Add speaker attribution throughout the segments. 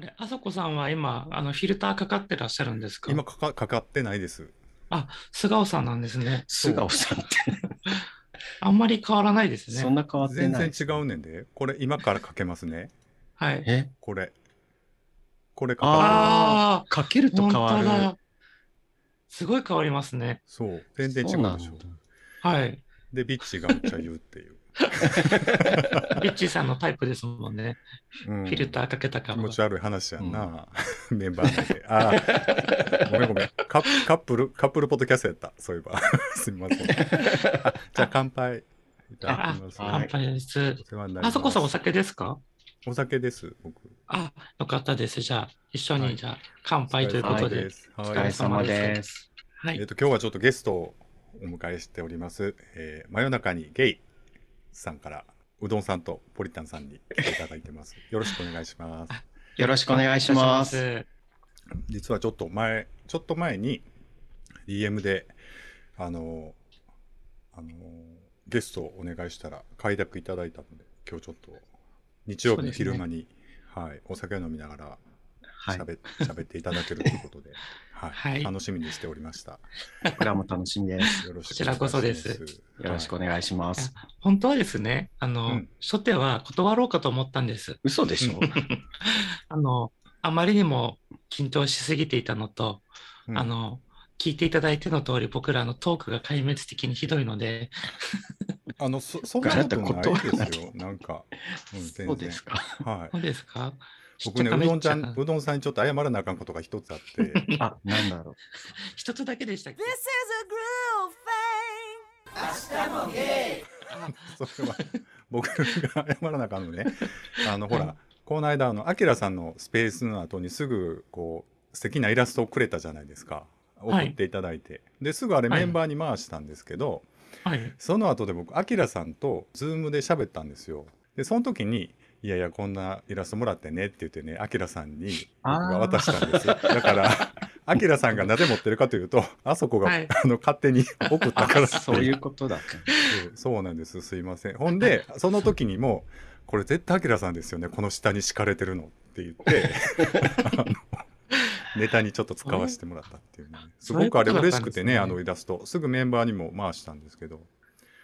Speaker 1: れ、あさこさんは今、あの、フィルターかかってらっしゃるんですか
Speaker 2: 今かかかかってないです。
Speaker 1: あ、素顔さんなんですね。
Speaker 3: 素顔さんって、
Speaker 1: あんまり変わらないです
Speaker 3: そん
Speaker 1: ね。
Speaker 3: な変わって
Speaker 2: 全
Speaker 3: ない。
Speaker 2: 然違うねんで。これ今からかけますね。
Speaker 1: はい。
Speaker 3: え
Speaker 2: これ。これかかる。
Speaker 1: あ
Speaker 3: あかける
Speaker 1: ー、
Speaker 3: と変わ
Speaker 1: 本当
Speaker 3: る。
Speaker 1: だ。すごい変わりますね。
Speaker 2: そう。全然違
Speaker 3: そうな
Speaker 2: うんで
Speaker 3: だ
Speaker 2: しょ。
Speaker 1: はい。
Speaker 2: で、ビッチがめっちゃ言うっていう。
Speaker 1: リッチーさんのタイプですもんね。
Speaker 2: うん
Speaker 1: フィルターかけたから。
Speaker 2: 気持ち悪い話やんな。メンバーで。ああ。ごめんごめんカップ。カップル、カップルポッドキャストやった。そういえば。 すみません。あじゃあ乾杯。いただ
Speaker 1: あ
Speaker 2: きます。
Speaker 1: あ、乾杯です。
Speaker 2: お世話になります
Speaker 1: あさこさんお酒ですか
Speaker 2: お酒です、僕。
Speaker 1: あ、よかったです。じゃあ、一緒
Speaker 2: はい
Speaker 1: に、じゃあ、乾杯ということで。
Speaker 2: お
Speaker 3: お
Speaker 2: 疲
Speaker 3: 疲
Speaker 2: れ様
Speaker 3: れ
Speaker 2: です。
Speaker 3: 様です。
Speaker 1: は
Speaker 2: はい。えっ
Speaker 1: い。
Speaker 2: と、今日はちょっとゲストをお迎えしております。えー真夜中にゲイさんから、うどんさんとポリタンさんに来ていただいてます。よろしくお願いします。
Speaker 3: よろしくお願いします。
Speaker 1: す。
Speaker 2: 実はちょっと前、ちょっと前に DM で、あの、あの、ゲストをお願いしたら、快諾いただいたので、今日ちょっと、日曜日の昼間に、はい、お酒を飲みながら
Speaker 3: はい。
Speaker 2: 喋、喋っていただけるということで、はい、
Speaker 1: はい
Speaker 2: 楽しみにしておりました。
Speaker 3: 僕らも楽しみです。
Speaker 2: よろしく
Speaker 1: こちらこそです
Speaker 2: お願いします
Speaker 3: よろしくお願いします。
Speaker 1: 本当はですね、あの、
Speaker 2: うん
Speaker 1: 初手は断ろうかと思ったんです。
Speaker 3: 嘘でしょ
Speaker 1: あの、あまりにも緊張しすぎていたのと、
Speaker 2: うん
Speaker 1: あの、聞いていただいての通り、僕らのトークが壊滅的にひどいので、
Speaker 2: あの、そ、そんなことないですよ。なんか、うん、全然。
Speaker 3: そうですか。
Speaker 2: はい。
Speaker 1: どうですか
Speaker 2: 僕ね、
Speaker 1: しっちゃか
Speaker 2: う
Speaker 1: めっ
Speaker 2: どんちゃ
Speaker 1: ちゃ
Speaker 2: ん、
Speaker 1: か
Speaker 2: うどんさんにちょっと謝らなあかんことが一つあって、
Speaker 3: あ、なんだろう。
Speaker 1: 一つだけでしたっけ
Speaker 4: This is a groove thing.
Speaker 1: あ
Speaker 2: それは僕が謝らなあかんのね。あの、ほら、この間、あの、アキラさんのスペースの後にすぐ、こう、素敵なイラストをくれたじゃないですか。送
Speaker 1: はい
Speaker 2: っていただいて。で、すぐあれ
Speaker 1: はい
Speaker 2: メンバーに回したんですけど、
Speaker 1: はい。
Speaker 2: その後で僕、アキラさんとズームで喋ったんですよ。で、その時に、いやいや、こんなイラストもらってねって言ってね、アキラさんに僕が渡したんですよ。だから、アキラさんがなぜ持ってるかというと、あそこが、
Speaker 1: はい
Speaker 2: あの勝 手に送ったから
Speaker 3: あ、
Speaker 2: って
Speaker 3: そういうことだ。
Speaker 2: そうそうなんです、すいません。ほんで、その時にも、これ絶対アキラさんですよね、この下に敷かれてるのって言って、あのネタにちょっと使わせてもらったっていうね。す
Speaker 1: そうい
Speaker 2: ご
Speaker 1: うこ
Speaker 2: くあ
Speaker 1: と
Speaker 2: れ
Speaker 1: だったんで
Speaker 2: 嬉
Speaker 1: すね
Speaker 2: しくてね、あのイラスト。すぐメンバーにも回したんですけど。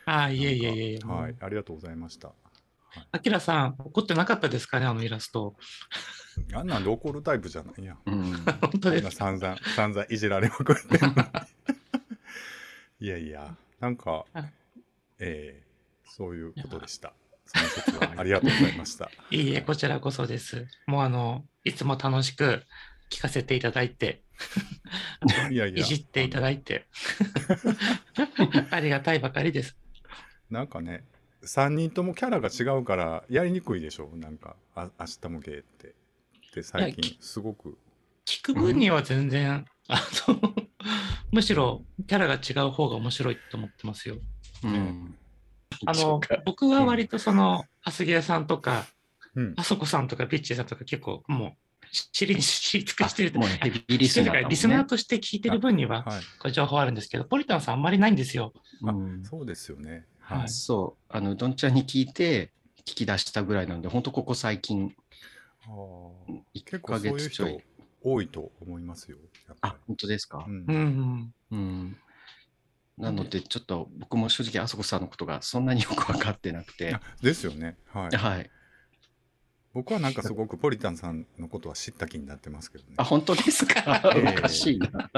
Speaker 1: あいえいえいえいえ。
Speaker 2: は
Speaker 1: も
Speaker 2: い、ありがとうございました。
Speaker 1: うアキラさん、怒ってなかったですかね、あのイラスト。
Speaker 2: あんなんで怒るタイプじゃないやん。
Speaker 3: うん。
Speaker 1: 本当
Speaker 2: あん
Speaker 1: です
Speaker 2: な
Speaker 1: か
Speaker 2: 散々、散々いじられまくってんのに。いやいや、なんか
Speaker 1: あ、
Speaker 2: えー、そういうことでした。その説はありがとうございました。
Speaker 1: いいえ、こちらこそです。もうあの、いつも楽しく聞かせていただいて、
Speaker 2: いやいや。
Speaker 1: いじっていただい て、 ありがたいばかりです。
Speaker 2: なんかね、3人ともキャラが違うからやりにくいでしょ、なんか、あ明日もゲーって。で、最
Speaker 1: いや
Speaker 2: 近、すごく。
Speaker 1: 聞く分には全然、あの、 むしろキャラが違う方が面白いと思ってますよ。
Speaker 3: うん。
Speaker 1: あの、僕は割とその、蓮毛さんとか、
Speaker 2: うん、
Speaker 1: あそこさんとか、ピッチーさんとか結構もう、知り、知り尽くしてる。
Speaker 3: もうヘビーリ
Speaker 1: 知
Speaker 3: ス
Speaker 1: ってる
Speaker 3: ナ
Speaker 1: から
Speaker 3: ーだもんね。
Speaker 1: リスナーとして聞いてる分には、
Speaker 2: はい。
Speaker 1: こう情報あるんですけど、ポリタンさんあんまりないんですよ。
Speaker 3: うん
Speaker 2: そうですよね。
Speaker 1: はい
Speaker 3: そう。あの、うどんちゃんに聞いて、聞き出したぐらいなんで、ほんとここ最近、
Speaker 2: あー
Speaker 3: 1
Speaker 2: 結構
Speaker 3: ヶ
Speaker 2: そうい
Speaker 3: 月
Speaker 2: う
Speaker 3: ちょ
Speaker 2: 人
Speaker 3: い。
Speaker 2: 多いと思いますよ、やっ
Speaker 3: あ
Speaker 2: ぱ、
Speaker 3: 本当ですか
Speaker 2: り。う。ん
Speaker 1: うんうん。
Speaker 3: うん。なので、ちょっと僕も正直、あそこさんのことがそんなによく分かってなくて
Speaker 2: あ、ですよね。はい。
Speaker 3: はい。
Speaker 2: 僕はなんかすごくポリタンさんのことは知った気になってますけどね。
Speaker 3: あ、本当ですか。
Speaker 2: ええ
Speaker 3: おかし いな。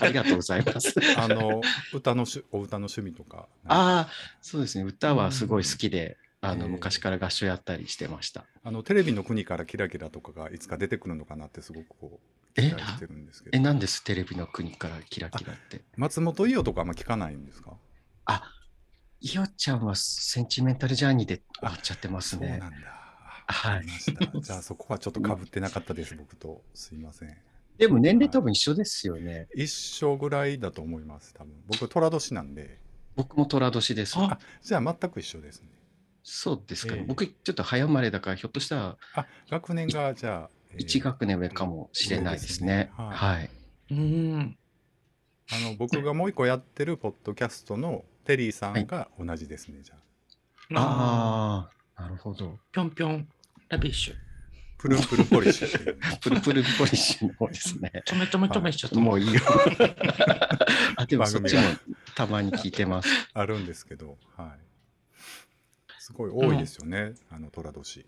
Speaker 3: ありがとうございます。
Speaker 2: あの、歌のし、お歌の趣味とか。
Speaker 3: ああ、そうですね。歌はすごい好きで、あ
Speaker 2: え
Speaker 3: の
Speaker 2: え
Speaker 3: 昔から合唱やったりしてました。
Speaker 2: あの、テレビの国からキラキラとかがいつか出てくるのかなってすごくこう、
Speaker 3: え
Speaker 2: 期待してるんですけ
Speaker 3: え、
Speaker 2: ど。
Speaker 3: なんですテレビの国からキラキラって。
Speaker 2: 松本伊代とかあんま聞かないんですか
Speaker 3: あ、いおちゃんはセンチメンタルジャーニーで終わっちゃってま
Speaker 2: そ
Speaker 3: す
Speaker 2: う
Speaker 3: ね
Speaker 2: な。んだ。
Speaker 3: はい
Speaker 2: わかりました。じゃあそこはちょっと被ってなかったです、僕と。すいません。
Speaker 3: でも年齢多分一緒ですよね。
Speaker 2: 一緒ぐらいだと思います、多分。僕、虎年なんで。
Speaker 3: 僕も寅年です。
Speaker 1: あ
Speaker 2: じゃあ全く一緒ですね。
Speaker 3: そうですか
Speaker 2: え
Speaker 3: ね。
Speaker 2: え
Speaker 3: 僕ちょっと早生まれだから、ひょっとしたら
Speaker 2: あ、学年が、じゃあ。えー
Speaker 3: 1学年上かもしれないですね。
Speaker 2: そうですね
Speaker 3: はい。
Speaker 1: うん。
Speaker 2: あの、僕がもう一個やってるポッドキャストのテリーさんが同じですね、じゃあ。
Speaker 3: ああ、なるほど。
Speaker 1: ぴょんぴょんラビッシュ。
Speaker 2: プルンプルンポリシーっていうね、
Speaker 3: プルプルポリシーの方ですね。
Speaker 1: ちょめちょめちょめしちゃった。
Speaker 3: もういいよ。 あ、でもそっちも
Speaker 2: 番
Speaker 3: たまに聞いてます。
Speaker 2: あるんですけど、 はい。すごい多いですよね、あの、寅年。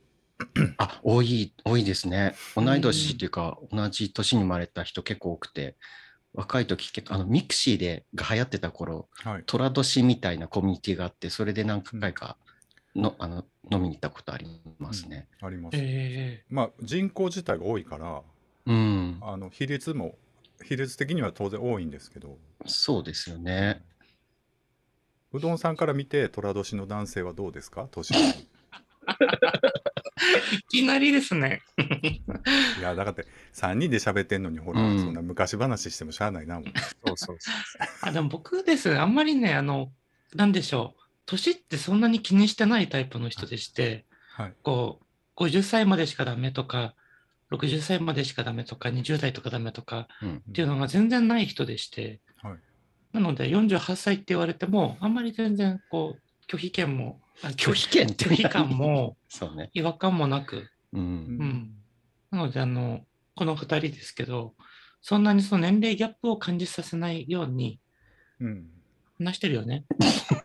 Speaker 3: あ、多い、多いですね。同い年っていうか、同じ年に生まれた人結構多くて、若い時結構、あの、ミクシーでが流行ってた頃、
Speaker 2: はい。
Speaker 3: 寅年みたいなコミュニティがあって、それで何回かの、あの、飲みに行ったことありますね。
Speaker 2: あります。
Speaker 1: え
Speaker 2: まあ、人口自体が多いから、
Speaker 3: うん、
Speaker 2: あの、比率も、比率的には当然多いんですけど、
Speaker 3: そうですよね。
Speaker 2: うどんさんから見て、寅年の男性はどうですか年上に
Speaker 1: えいきなりですね。
Speaker 2: いや、だからって、3人で喋ってんのに、ほら、
Speaker 3: うん
Speaker 2: そんな昔話してもしゃあないな、もう
Speaker 3: そうそうそう。
Speaker 1: あでも僕ですね、あんまりね、あの、なんでしょう、年ってそんなに気にしてないタイプの人でして、
Speaker 2: はい。
Speaker 1: こう、50歳までしかダメとか、60歳までしかダメとか、20代とかダメとか
Speaker 3: うん
Speaker 1: っていうのが全然ない人でして、
Speaker 2: はい
Speaker 1: なので48歳って言われても、あんまり全然こう、拒否権も、あ
Speaker 3: 拒否権って
Speaker 1: 拒否感。も
Speaker 3: そうね。
Speaker 1: 違和感もなく、
Speaker 3: う。
Speaker 2: うん
Speaker 1: うんん、なのであのこの2人ですけどそんなにその年齢ギャップを感じさせないように
Speaker 2: うん。
Speaker 1: 話してるよ ね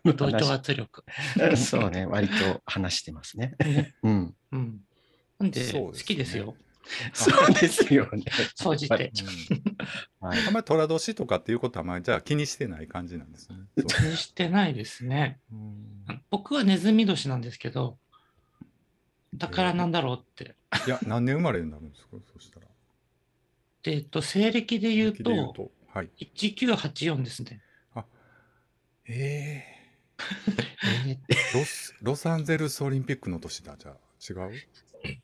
Speaker 1: 同調圧力、
Speaker 3: そうね。割と話してますね。 うん。
Speaker 1: うん、なんで
Speaker 2: そ
Speaker 1: 好
Speaker 2: うですね
Speaker 1: きですよ
Speaker 3: そうですよね。
Speaker 1: 総じて
Speaker 2: うん
Speaker 3: はい
Speaker 2: あんまり寅年とかっていうことはあんまりじゃあ気にしてない感じなんですね。
Speaker 1: 気にしてないですね
Speaker 2: そううん
Speaker 1: 僕はネズミ年なんですけどだからなんだろうって、
Speaker 2: いや何年生まれになるんですかそしたら。
Speaker 1: でえっと西暦で言う
Speaker 2: 平気で言う
Speaker 1: と
Speaker 2: とはい。
Speaker 1: 1984ですね
Speaker 2: え
Speaker 3: えー
Speaker 2: ー、ロスロサンゼルスオリンピックの年だじゃあ違う
Speaker 1: え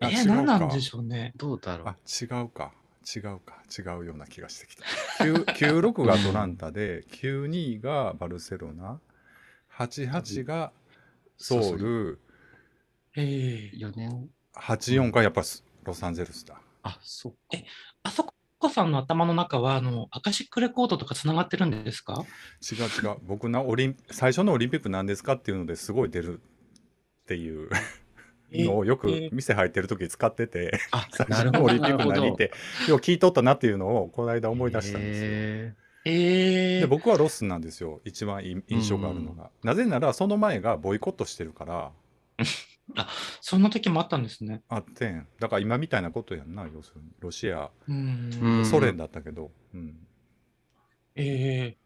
Speaker 2: あ違
Speaker 1: ー、
Speaker 2: うか
Speaker 1: 何なんでしょうね
Speaker 3: どうだろう
Speaker 2: あ。違うか違うか違うような気がしてきた。9 96がアトランタで92がバルセロナ88がソウル
Speaker 1: えー、
Speaker 3: 4年
Speaker 2: 84がやっぱすロサンゼルスだ。
Speaker 3: あ、そうか。
Speaker 1: あそこさんの頭の中はあのアカシックレコードとかつながってるんですか
Speaker 2: 違う違う僕なオリン最初のオリンピックなんですかっていうのですごい出るっていうのをよく店入ってる時使ってて
Speaker 3: あ
Speaker 2: 最
Speaker 3: なる
Speaker 2: 初の
Speaker 3: ほど。
Speaker 2: オリンピック何ってよう聞いとったなっていうのをこの間思い出したんですよ。
Speaker 3: へ
Speaker 1: ええ
Speaker 2: で僕はロスなんですよ一番い印象があるのが、なぜならその前がボイコットしてるから
Speaker 1: そんな時もあったんですね。
Speaker 2: あってんだから今みたいなことやんな要するにロシア、
Speaker 1: うん。
Speaker 3: うん
Speaker 2: ソ連だったけど、うん、
Speaker 1: え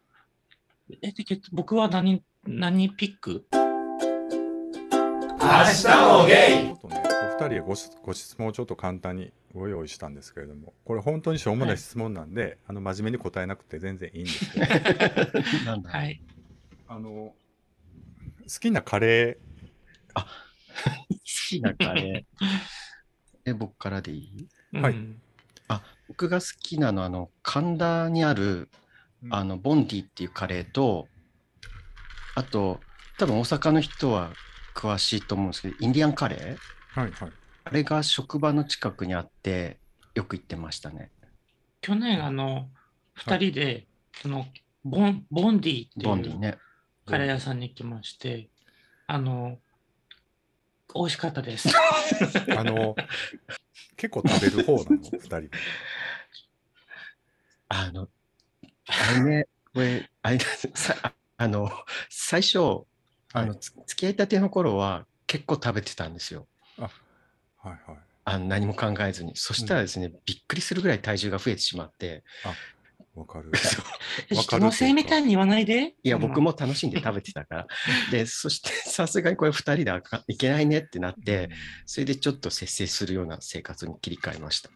Speaker 1: ー、えでけ僕は何、何ピック
Speaker 2: ちょっとね、お二人へごしご質問をちょっと簡単にご用意したんですけれども、これ本当にしょうもな
Speaker 1: はいい
Speaker 2: 質問なんで、あの真面目に答えなくて全然いいんですけど、
Speaker 3: ーなんだ。
Speaker 1: はい。
Speaker 2: あの好きなカレ
Speaker 3: 好きなカレ ー。え、僕からでいい
Speaker 2: はい
Speaker 1: うん
Speaker 3: 僕が好きなのは、あの、神田にある、
Speaker 2: ー、
Speaker 3: あ
Speaker 2: の
Speaker 3: の、ボンディっていうカレーと、あと、多分大阪の人は詳しいと思うんですけど、インディアンカレー
Speaker 2: はいはい。
Speaker 3: あれが職場の近くにあって、よく行ってましたね。
Speaker 1: 去年、あの、
Speaker 2: は
Speaker 1: 二人で、その、ボン、ボンディって
Speaker 3: ボンデ
Speaker 1: い
Speaker 3: ィ
Speaker 1: う
Speaker 3: ね。
Speaker 1: カレー屋さんに行きまして、あの、美味しかった です。
Speaker 2: あの 結構食べる方なの、二人。
Speaker 3: あの、あれね、これ、あれなんですさあの、最初、あの、つ付き合いたての頃は結構食べてたんですよ。
Speaker 2: はいはい。
Speaker 3: あの何も考えずに。そしたらですね、びっくりするぐらい体重が増えてしまって、
Speaker 2: わかる。
Speaker 3: そう
Speaker 2: わか
Speaker 1: 人
Speaker 2: る
Speaker 1: のせいみたいに言わないで。
Speaker 3: いや、
Speaker 1: そんな
Speaker 3: 僕。も楽しんで食べてたから。で、そしてさすがにこれ2人であかいけないねってなって、それでちょっと節制するような生活に切り替えました。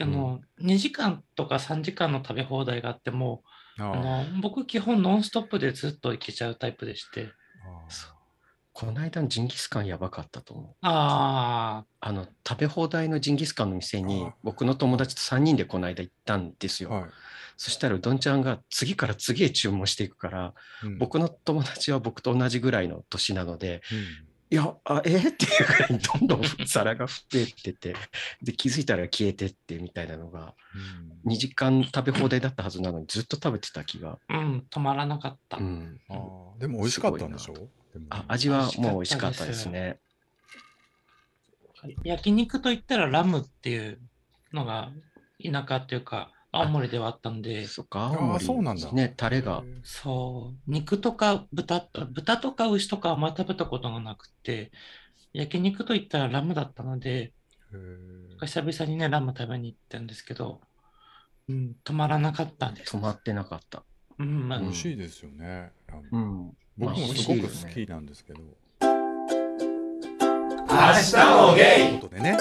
Speaker 1: あの、2時間とか3時間の食べ放題があっても、
Speaker 2: あ
Speaker 1: あ
Speaker 2: あ
Speaker 1: の僕基本ノンストップでずっと行けちゃうタイプでして
Speaker 2: あー
Speaker 3: この間のジンギスカンやばかったと思う。
Speaker 1: あ
Speaker 3: あの食べ放題のジンギスカンの店に
Speaker 2: あ
Speaker 3: 僕の友達と3人でこの間行ったんですよ、
Speaker 2: はい
Speaker 3: そしたらうどんちゃんが次から次へ注文していくから、
Speaker 2: うん
Speaker 3: 僕の友達は僕と同じぐらいの年なので
Speaker 2: うん
Speaker 3: いやあえー、っていうぐらいにどんどん皿が増えててで気づいたら消えてってみたいなのが
Speaker 2: うん
Speaker 3: 2時間食べ放題だったはずなのにずっと食べてた気が、
Speaker 1: あうん止まらなかった、
Speaker 3: うん、
Speaker 2: あーでも美味しかったんでしょでも
Speaker 3: あ味はもう美味しかったですね
Speaker 1: 焼肉といったらラムっていうのが田舎っていうか青森ではあったんで
Speaker 3: そっか、
Speaker 2: ー
Speaker 3: 青森
Speaker 2: そうなんだ
Speaker 3: ね、タレが。
Speaker 1: そう肉とか豚豚とか牛とかあんま食べたことがなくて焼肉といったらラムだったので
Speaker 2: へー
Speaker 1: 久々にねラム食べに行ったんですけど、うん、止まらなかったんです
Speaker 3: 止まってなかった。
Speaker 1: うんまあ
Speaker 2: 美味しいですよね。ラム
Speaker 3: うん。
Speaker 2: 僕も
Speaker 3: まあ
Speaker 2: すごく
Speaker 3: 美味しい
Speaker 2: 好
Speaker 3: よ
Speaker 2: き
Speaker 3: ね
Speaker 2: なんですけど。
Speaker 5: 日もゲイ
Speaker 2: ということでね、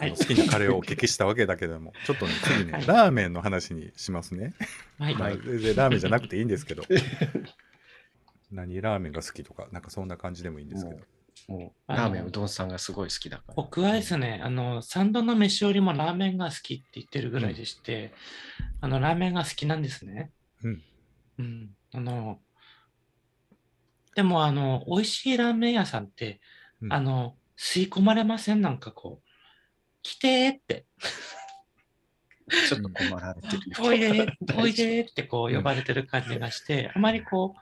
Speaker 2: あ
Speaker 1: は
Speaker 2: の
Speaker 1: い
Speaker 2: 好きなカレーをお聞きしたわけだけども、ちょっとね、次ね
Speaker 1: は、い
Speaker 2: ラーメンの話にしますね。
Speaker 1: はい、
Speaker 2: まあ全然ラーメンじゃなくていいんですけど。何ラーメンが好きとか、なんかそんな感じでもいいんですけど。
Speaker 3: もう、
Speaker 1: あの
Speaker 3: ラーメンうどんさんがすごい好きだから。
Speaker 1: 僕はですね、あの、三度の飯よりもラーメンが好きって言ってるぐらいでして、あの、ラーメンが好きなんですね。
Speaker 2: うん。
Speaker 1: うん。あの、でも、あの、美味しいラーメン屋さんって、
Speaker 2: うん
Speaker 1: あの、吸い込まれませんなんかこう、来てーって、
Speaker 3: ちょっと困られてるよ。
Speaker 1: おいでー
Speaker 3: 大、丈 夫
Speaker 1: おいでーってこう呼ばれてる感じがして、あまりこう、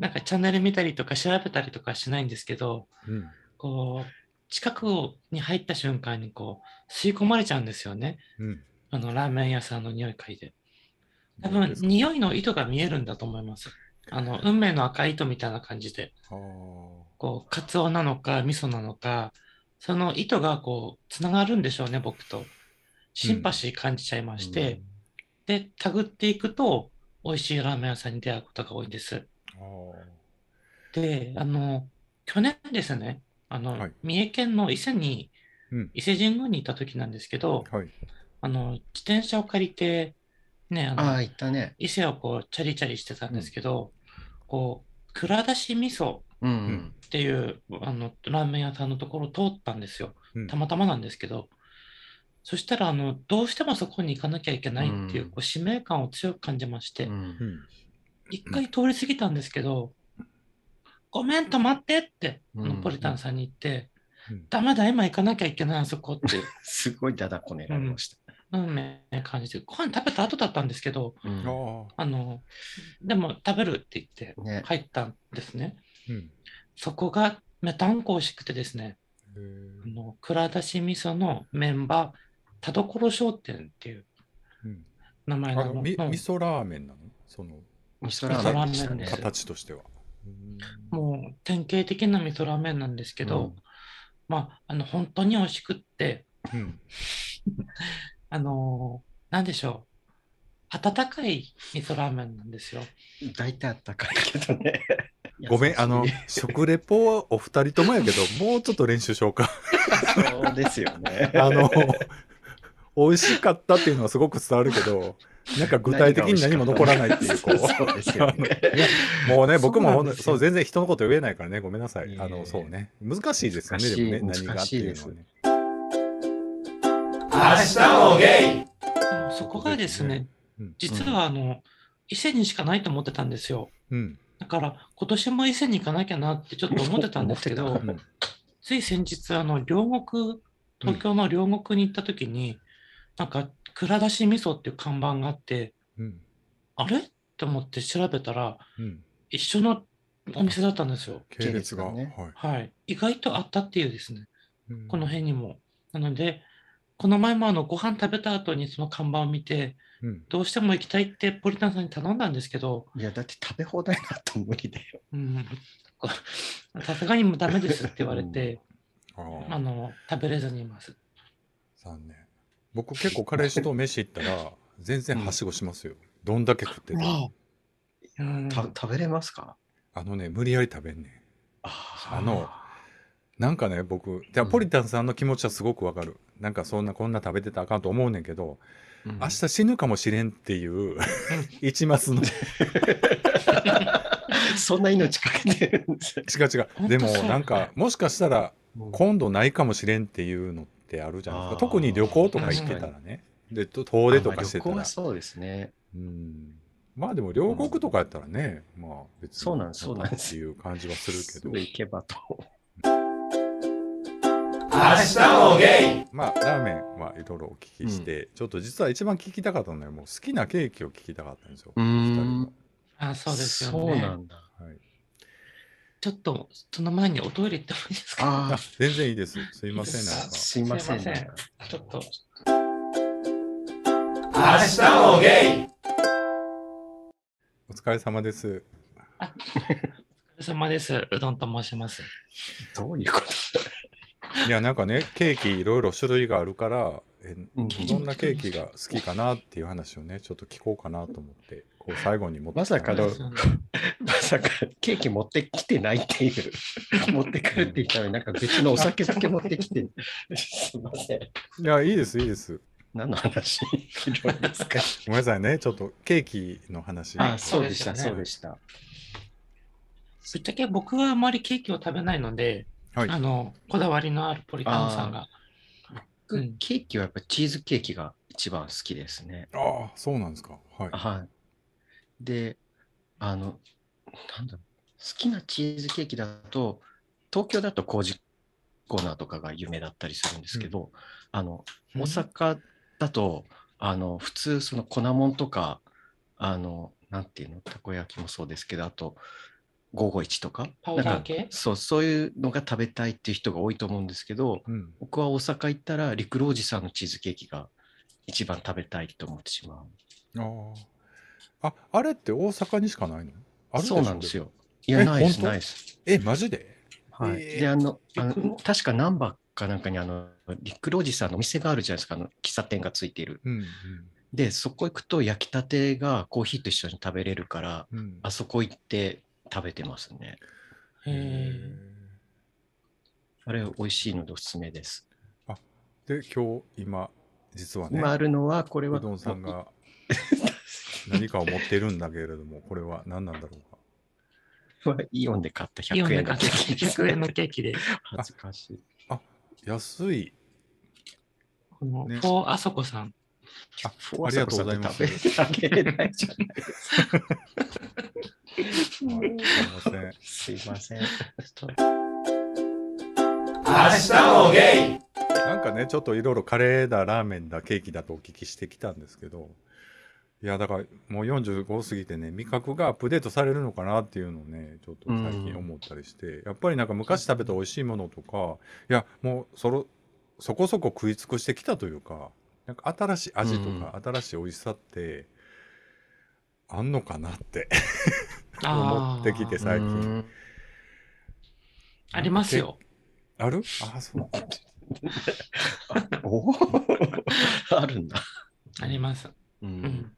Speaker 1: なんかチャンネル見たりとか調べたりとかしないんですけど、
Speaker 2: うん。
Speaker 1: こう、近くに入った瞬間にこう、吸い込まれちゃうんですよね。
Speaker 2: うん。
Speaker 1: あのラーメン屋さんの匂い嗅いで。多
Speaker 2: どう
Speaker 1: 分
Speaker 2: ですか
Speaker 1: 匂いの糸が見えるんだと思います。あの運命の赤い糸みたいな感じで、
Speaker 2: あー
Speaker 1: こう、カツオなのか、味噌なのか、その糸がこう、つながるんでしょうね、僕と。シンパシー感じちゃいまして、で、たぐっていくと、美味しいラーメン屋さんに出会うことが多いんです。
Speaker 2: うんあー
Speaker 1: で、あの、去年ですね、あの、
Speaker 2: はい
Speaker 1: 三重県の伊勢に、
Speaker 2: うん
Speaker 1: 伊勢神宮にいた時なんですけど、
Speaker 2: はい。
Speaker 1: あの、自転車を借りて、ね、あの、
Speaker 3: ああ、行ったね。
Speaker 1: 伊勢をこうチャリチャリしてたんですけど、こう蔵出し味噌
Speaker 3: うん。
Speaker 1: っていうあのラーメン屋さんのところを通ったんですよ
Speaker 2: うん
Speaker 1: たまたまなんですけど、そしたらあのどうしてもそこに行かなきゃいけないっていう,、
Speaker 3: うん
Speaker 1: こう使命感を強く感じまし
Speaker 3: う。
Speaker 1: て
Speaker 2: うんん
Speaker 1: 一、回通り過ぎたんですけど「ごめん止まって」って
Speaker 3: うん
Speaker 1: ナポリタンさんに言って
Speaker 2: うん
Speaker 1: 「ダメだ今行かなきゃいけないあそこ」って
Speaker 3: すごいだだこねられました。
Speaker 1: 運命感じてご飯食べた後だったんですけど
Speaker 3: うん
Speaker 2: あ
Speaker 1: あのでも食べるって言って
Speaker 3: ね。
Speaker 1: 入ったんですね。
Speaker 2: ーうん
Speaker 1: そこがめたんこ美味しくてですね、
Speaker 2: へ
Speaker 1: あ
Speaker 2: ー
Speaker 1: の蔵出し味噌のメンバー、田所商店っていう
Speaker 2: うん
Speaker 1: 名前
Speaker 2: あ
Speaker 1: の
Speaker 2: の
Speaker 1: も
Speaker 2: み味
Speaker 1: う
Speaker 2: 噌ラーメンなのその
Speaker 3: 味噌ラーメンでし
Speaker 1: 味
Speaker 3: た
Speaker 1: 噌ラーメンで
Speaker 3: ね。
Speaker 1: す
Speaker 2: 形としては。うん
Speaker 1: もう典型的な味噌ラーメンなんですけど、
Speaker 3: うん
Speaker 1: まあ、あの本当に美味しくって、
Speaker 2: うん
Speaker 1: あのーなんでしょう、温かい味噌ラーメンなんですよ。
Speaker 3: 大体あったかいけどね。
Speaker 2: ごめん、あの
Speaker 3: 優しい、
Speaker 2: 食レポはお二人ともやけ ど、もうちょっと練習しようか。
Speaker 3: そうですよね。
Speaker 2: あの、美味しかったっていうのはすごく伝わるけど、なんか具体的に何も残らないっていう、こ
Speaker 3: そうそうですよね。
Speaker 2: う。い やもうね、
Speaker 3: そう
Speaker 2: 僕もほんと
Speaker 3: なんです
Speaker 2: そ
Speaker 3: よ
Speaker 2: う、全然人のこと言えないからね、ごめんなさい。あ
Speaker 3: いえい
Speaker 2: の、
Speaker 3: え
Speaker 2: そうね。難しいですよね、
Speaker 3: 難
Speaker 2: で
Speaker 3: しい
Speaker 2: もね、何がっていうのはね。
Speaker 5: もゲイ
Speaker 1: でもそこがですね、
Speaker 2: うん
Speaker 1: 実はあの、伊勢にしかないと思ってたんですよ。
Speaker 2: うん。
Speaker 1: だから今年も伊勢に行かなきゃなってちょっと思ってたんです けど、つい先日、あの両国、東京の両国に行った時に、なんか、蔵出し味噌っていう看板があって、
Speaker 2: うん。
Speaker 1: あれと思って調べたら、
Speaker 2: うん。
Speaker 1: 一緒のお店だったんですよ。
Speaker 2: 系列が。
Speaker 3: 系列がね
Speaker 2: はい
Speaker 1: はい。意外とあったっていうですね、
Speaker 2: うん
Speaker 1: この辺にも。なので、この前もあのご飯食べた後にその看板を見て、
Speaker 2: うん
Speaker 1: どうしても行きたいってポリタンさんに頼んだんですけど、
Speaker 3: いや、だって食べ放題だと無理だよ。
Speaker 1: うん、 こさすがにもうダメですって言われて、
Speaker 2: あー
Speaker 1: あの、食べれずにいます。
Speaker 2: 残念僕結構彼氏と飯行ったら全然はしごしますよ、どんだけ食ってても
Speaker 1: うん
Speaker 3: た食べれますか
Speaker 2: あのね無理やり食べんねん
Speaker 3: あ
Speaker 2: あのなんかね僕じゃあポリタンさんの気持ちはすごくわかるなんかそんなこんな食べてたらあかんと思うねんけど、
Speaker 3: うん
Speaker 2: 明日死ぬかもしれんっていう 一末の
Speaker 3: そんな命かけてるんですよ。
Speaker 2: 違う違うでも
Speaker 1: 本当そう
Speaker 2: なんかもしかしたら今度ないかもしれんっていうのってあるじゃないですか
Speaker 3: あー
Speaker 2: 特に旅行とか行ってたらねでと遠出とかして
Speaker 3: あ
Speaker 2: た
Speaker 3: まあ旅行
Speaker 2: ら
Speaker 3: はそうですね。
Speaker 2: うんまあでも両国とかやったらね、まあ別に
Speaker 3: そうなんですそうなんです
Speaker 2: っていう感じはするけ
Speaker 3: ぐ
Speaker 2: ど、
Speaker 3: 行けばと。
Speaker 5: もゲイ
Speaker 2: まあラーメンはいろいろお聞きして、ちょっと実は一番聞きたかったのはもう好きなケーキを聞きたかったんですよ、
Speaker 3: うーん
Speaker 2: 二人の
Speaker 1: あ、そうですよね。
Speaker 3: そうなんだ。
Speaker 2: はい、
Speaker 1: ちょっとその前におトイレ行ってもいいですか
Speaker 2: あ
Speaker 3: あ
Speaker 2: 全然いいです。すいません、なん
Speaker 3: あ、
Speaker 2: か。
Speaker 3: すいません。
Speaker 1: すいませんちょっと。
Speaker 5: 明日もゲイ
Speaker 2: お疲れ様です。
Speaker 1: お疲れ様です。うどんと申します。
Speaker 3: どういうこと
Speaker 2: いや、なんかね、ケーキいろいろ種類があるから、え
Speaker 3: うん
Speaker 2: どんなケーキが好きかなっていう話をね、ちょっと聞こうかなと思って、こう最後に持って
Speaker 3: まさか
Speaker 2: の
Speaker 3: の。まさかケーキ持ってきてないっていう、 持ってくるって言ったのに、なんか別のお酒だけ持ってきて、すいません。
Speaker 2: いや、いいです、いいです。
Speaker 3: 何の話広いですか
Speaker 2: ごめんなさいね、ちょっとケーキの話。
Speaker 1: はい
Speaker 3: あそうでした、
Speaker 1: そうですよね
Speaker 3: そうでした。
Speaker 1: ぶっちゃけ僕はあまりケーキを食べないので、
Speaker 2: はい
Speaker 1: あのこだわりのあるポリタンさんが。う
Speaker 3: 僕
Speaker 1: ん
Speaker 3: ケーキはやっぱチーズケーキが一番好きですね。
Speaker 2: ああ、そうなんですか。はい。
Speaker 3: はい。で、あの、なんだろう、好きなチーズケーキだと、東京だと麹コーナーとかが有名だったりするんですけど、あの、大阪だと、あの、普通、その粉もんとか、あの、なんていうの、たこ焼きもそうですけど、あと、551とか、
Speaker 1: パウダ
Speaker 3: な
Speaker 1: ー
Speaker 3: んか
Speaker 1: 系
Speaker 3: そう、そういうのが食べたいっていう人が多いと思うんですけど、
Speaker 2: うん。
Speaker 3: 僕は大阪行ったら、陸老寺さんのチーズケーキが一番食べたいと思ってしまう。
Speaker 2: ああ。あ、あれって大阪にしかないのあるしょ
Speaker 3: そうなんです。よ。い
Speaker 2: え
Speaker 3: や、ないです、
Speaker 2: 本当
Speaker 3: ないです。
Speaker 2: え、マジで
Speaker 3: はい。
Speaker 2: えー
Speaker 3: で、あの、あ
Speaker 1: 陸
Speaker 3: の
Speaker 1: 路
Speaker 3: 確か難波かなんかに、あの、リックロージさんのお店があるじゃないですか、あの、喫茶店がついている。
Speaker 2: うん。
Speaker 3: で、そこ行くと焼きたてがコーヒーと一緒に食べれるから、
Speaker 2: うん。うん
Speaker 3: あそこ行って食べてますね。
Speaker 1: へー
Speaker 3: あれ、美味しいのでおすすめです。
Speaker 2: で、今日、今、実はね、
Speaker 3: 今あるのは、これは、
Speaker 2: うどんさんが 何かを持ってるんだけれども、これは何なんだろうか。
Speaker 3: これは イオンで買った
Speaker 1: イオン
Speaker 3: 100
Speaker 1: で
Speaker 3: 円の
Speaker 1: 買っ
Speaker 3: ケ
Speaker 1: た
Speaker 3: ーキです
Speaker 1: 100円のケーキで、
Speaker 3: 恥ずかしい。
Speaker 2: 安い。
Speaker 1: この
Speaker 2: ね
Speaker 1: フォーアソコさん。
Speaker 2: あ
Speaker 3: フォ
Speaker 2: あ
Speaker 3: ア
Speaker 2: り
Speaker 3: サ
Speaker 2: が
Speaker 3: コ
Speaker 2: とう
Speaker 3: さん
Speaker 2: ございます。
Speaker 3: って食べてあげれないじゃないですか。
Speaker 2: はいすいません。
Speaker 3: すいま せ
Speaker 5: 明
Speaker 3: ん。
Speaker 5: 日もゲイ
Speaker 2: なんかね、ちょっといろいろカレーだ、ラーメンだ、ケーキだとお聞きしてきたんですけど、いや、だからもう45過ぎてね、味覚がアップデートされるのかなっていうのをね、ちょっと最近思ったりして、やっぱりなんか昔食べた美味しいものとか、いや、もうそろそこそこ食い尽くしてきたというか、なんか新しい味とか、新しい美味しさって、あんのかなって思ってきて
Speaker 1: あー
Speaker 2: 最近
Speaker 3: うん
Speaker 1: ありますよ。
Speaker 2: あるあ、そう。
Speaker 3: おー あるんだ。
Speaker 1: あります。う
Speaker 3: う
Speaker 1: んん。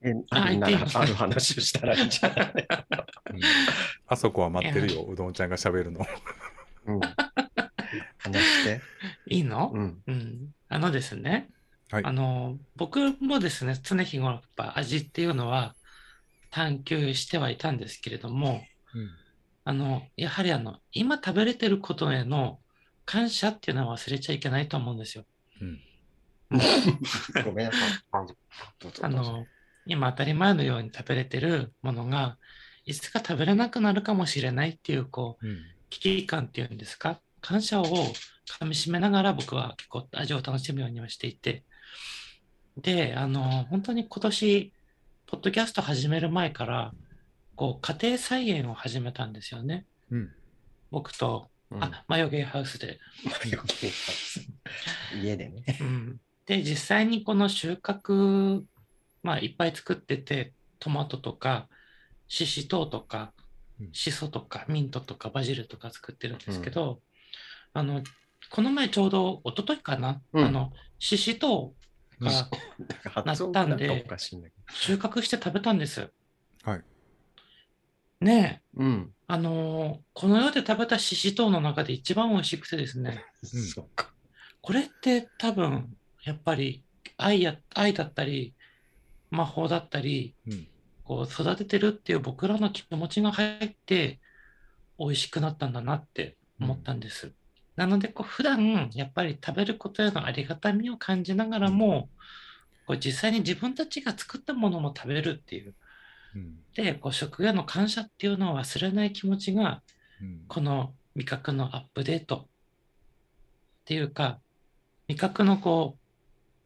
Speaker 3: え
Speaker 1: あ
Speaker 3: あるな
Speaker 1: 言
Speaker 3: ら
Speaker 1: っていいの
Speaker 3: ある話をしたらいいんじゃない、
Speaker 2: うんあそこは待ってるよ、うどんちゃんが喋るの。
Speaker 3: うん、話して。
Speaker 1: いいの
Speaker 3: うん。
Speaker 1: うん、あのですね、
Speaker 2: はい
Speaker 1: あの僕もですね常日頃やっぱ味っていうのは探求してはいたんですけれどもあのやはりあの今食べれてることへの感謝っていうのは忘れちゃいけないと思うんですよ。
Speaker 2: うん
Speaker 3: ごめんなさい。どうぞ
Speaker 1: あの今当たり前のように食べれてるものがいつか食べれなくなるかもしれないっていうこう
Speaker 2: うん
Speaker 1: 危機感っていうんですか感謝をかみしめながら僕は結構味を楽しむようにはしていてであの本当に今年ポッドキャスト始める前からこう家庭菜園を始めたんですよね
Speaker 2: うん
Speaker 1: 僕と、
Speaker 3: うん
Speaker 1: あマヨゲーハウスで、
Speaker 3: 家でね。
Speaker 1: うん、で実際にこの収穫、まあ、いっぱい作っててトマトとかシシトウとか
Speaker 2: うん
Speaker 1: シソとかミントとかバジルとか作ってるんですけど、あのこの前ちょうど一昨日かな、
Speaker 3: うん
Speaker 1: あのシシトウが
Speaker 3: 発音がなんかおかしいんだけ
Speaker 1: 収穫して食べたんです。
Speaker 2: はい
Speaker 1: ねえ
Speaker 3: ど。うん。
Speaker 1: あのーこの世で食べたシシトウの中で一番美味しくてですね
Speaker 3: そっか。
Speaker 1: これって多分やっぱり愛や愛だったり魔法だったり
Speaker 2: うん
Speaker 1: こう育ててるっていう僕らの気持ちが入って美味しくなったんだなって思ったんです。なのでこう普段やっぱり食べることへのありがたみを感じながらも、こう実際に自分たちが作ったものも食べるっていう
Speaker 2: うん
Speaker 1: でこう食への感謝っていうのを忘れない気持ちが
Speaker 2: うん
Speaker 1: この味覚のアップデートっていうか味覚のこう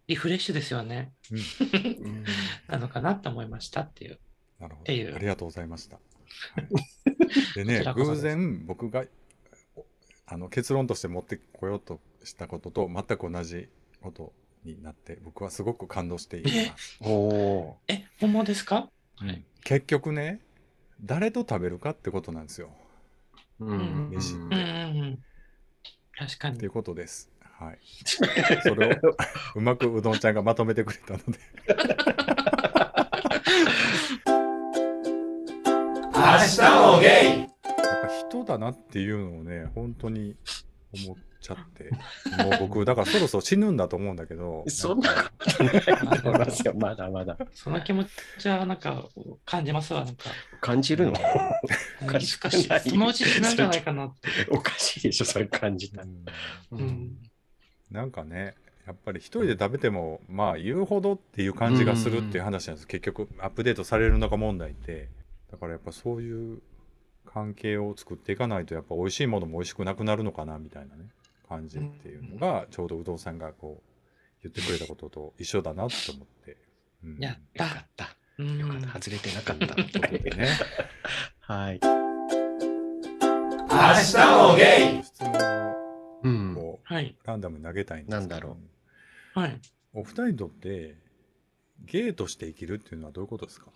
Speaker 1: リフレッシュですよね
Speaker 3: うん
Speaker 1: なのかなと思いましたっていう。
Speaker 2: なるほ
Speaker 1: ていう
Speaker 2: ど。ありがとうございました。でね
Speaker 1: こちらこそ
Speaker 2: 偶
Speaker 1: です
Speaker 2: 然僕がおあの結論として持ってこようとしたことと全く同じことになって僕はすごく感動しています
Speaker 3: おお
Speaker 1: え、本物ですか
Speaker 3: はい。
Speaker 2: 結局ね誰と食べるかってことなんですよ
Speaker 3: う
Speaker 2: 飯って
Speaker 1: うんうんうん。確か
Speaker 2: ってい
Speaker 1: に
Speaker 2: う。ことですはいそれをうまくうどんちゃんがまとめてくれたの で
Speaker 5: 明日もゲイ
Speaker 2: やっぱ人だなっていうのをね本当に思っちゃってもう僕だからそろそろ死ぬんだと思うんだ けど
Speaker 3: そんなことないと思いますよ。 まだまだ。
Speaker 1: その気持ちはなんか感じますわ、なんか。
Speaker 3: 感じるのおか
Speaker 1: い
Speaker 3: し
Speaker 1: つ
Speaker 3: く
Speaker 1: か
Speaker 3: ない
Speaker 1: し、そのうち死なんじゃないかなって。
Speaker 3: おかしいでしょ、それ感じた
Speaker 2: う。ん
Speaker 3: う
Speaker 1: うん。
Speaker 2: なんかねやっぱり一人で食べてもまあ言うほどっていう感じがするっていう話なんです、結局アップデートされるのが問題ってだからやっぱそういう関係を作っていかないとやっぱ美味しいものも美味しくなくなるのかなみたいなね感じっていうのがちょうど有働さんがこう言ってくれたことと一緒だなと思って、うん
Speaker 1: やっ
Speaker 3: よか
Speaker 1: た。
Speaker 3: った。
Speaker 1: うん
Speaker 3: よかった。外れてなかった。
Speaker 2: ね
Speaker 3: はい。
Speaker 5: 明日もゲイ
Speaker 2: 質問
Speaker 3: うん
Speaker 2: をこ
Speaker 1: はい。
Speaker 2: うランダムに投げたいんですけど
Speaker 3: なんだろ
Speaker 1: はい。
Speaker 2: お二人にとってゲイとして生きるっていうのはどういうことですか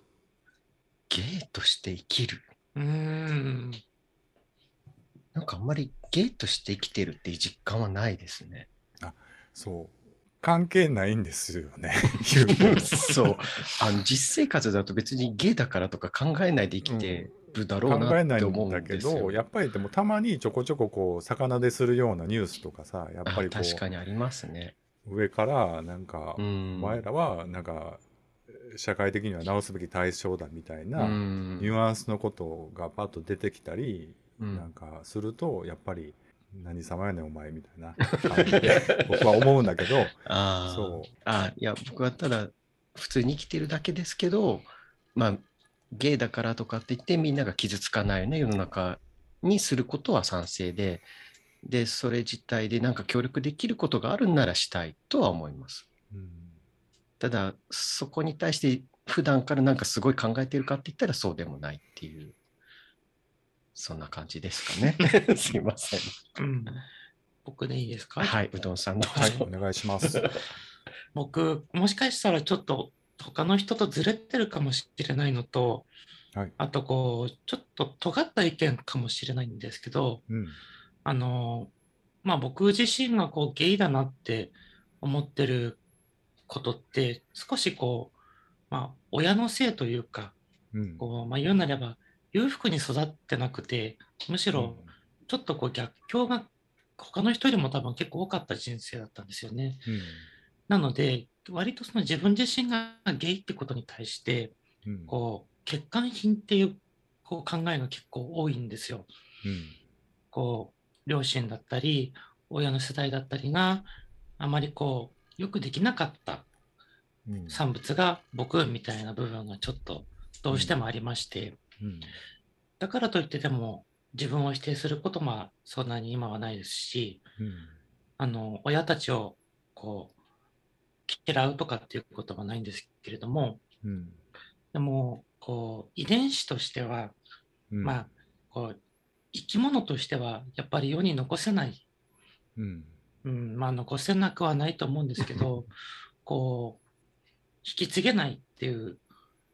Speaker 3: ゲイとして生きる。
Speaker 1: うー ん。
Speaker 3: なんかあんまりゲイとして生きてるっていう実感はないですね。
Speaker 2: そう。関係ないんですよ ね。言うけど
Speaker 3: そう。あの、実生活だと別にゲイだからとか考えないで生きてるだろう
Speaker 2: 考え
Speaker 3: な
Speaker 2: な
Speaker 3: っ
Speaker 2: い
Speaker 3: て思うんん
Speaker 2: だけ
Speaker 3: ですよ。
Speaker 2: ど、やっぱりでもたまにちょこちょここう、魚でするようなニュースとかさ、やっぱりこ
Speaker 3: あ確かにありますね。
Speaker 2: う、上からなんか、
Speaker 3: うん。
Speaker 2: お前らはなんか、社会的には直すべき対象だみたいうな、
Speaker 3: ん
Speaker 2: ニュアンスのことがパッと出てきたり、
Speaker 3: うん
Speaker 2: なんかすると、やっぱり、何様やねんお前みたいな 感じで僕は思うんだけど、
Speaker 3: ああ。
Speaker 2: そう。
Speaker 3: あいや僕はただ普通に生きてるだけですけどまあゲイだからとかって言ってみんなが傷つかないような世の中にすることは賛成ででそれ自体でなんか協力できることがあるんならしたいとは思います
Speaker 2: うん
Speaker 3: ただそこに対して普段からなんかすごい考えてるかって言ったらそうでもないっていうそんな感じで すかね すいません
Speaker 1: うん。僕でいいですか
Speaker 3: はいうどんさんの
Speaker 2: はい、お願いし ます。
Speaker 1: 僕、もしかしたらちょっと他の人とずれてるかもしれないのと、
Speaker 2: はい
Speaker 1: あとこう、ちょっと尖った意見かもしれないんですけど、
Speaker 2: うん。
Speaker 1: あの、まあ僕自身がこうゲイだなって思ってることって、少しこう、まあ親のせいというか、
Speaker 2: うん。
Speaker 1: こう、まあ言うなれば裕福に育ってなくて、むしろちょっとこう逆境が他の人よりも多分結構多かった人生だったんですよね。
Speaker 2: うん。
Speaker 1: なので、割とその自分自身がゲイってことに対して、
Speaker 2: うん。
Speaker 1: こう、欠陥品っていうこう考えが結構多いんですよ。
Speaker 2: うん。
Speaker 1: こう、両親だったり、親の世代だったりがあまりこう、よくできなかった
Speaker 2: うん
Speaker 1: 産物が僕みたいな部分がちょっとどうしてもありまして、
Speaker 2: うん
Speaker 1: だからといってでも自分を否定することもそんなに今はないですし、
Speaker 2: うん
Speaker 1: あの親たちをこう嫌うとかっていうことはないんですけれども
Speaker 2: うん
Speaker 1: でもこう遺伝子としては、
Speaker 2: うん
Speaker 1: まあこう生き物としてはやっぱり世に残せない、
Speaker 2: うん
Speaker 1: うんまあ、残せなくはないと思うんですけどこう引き継げないっていう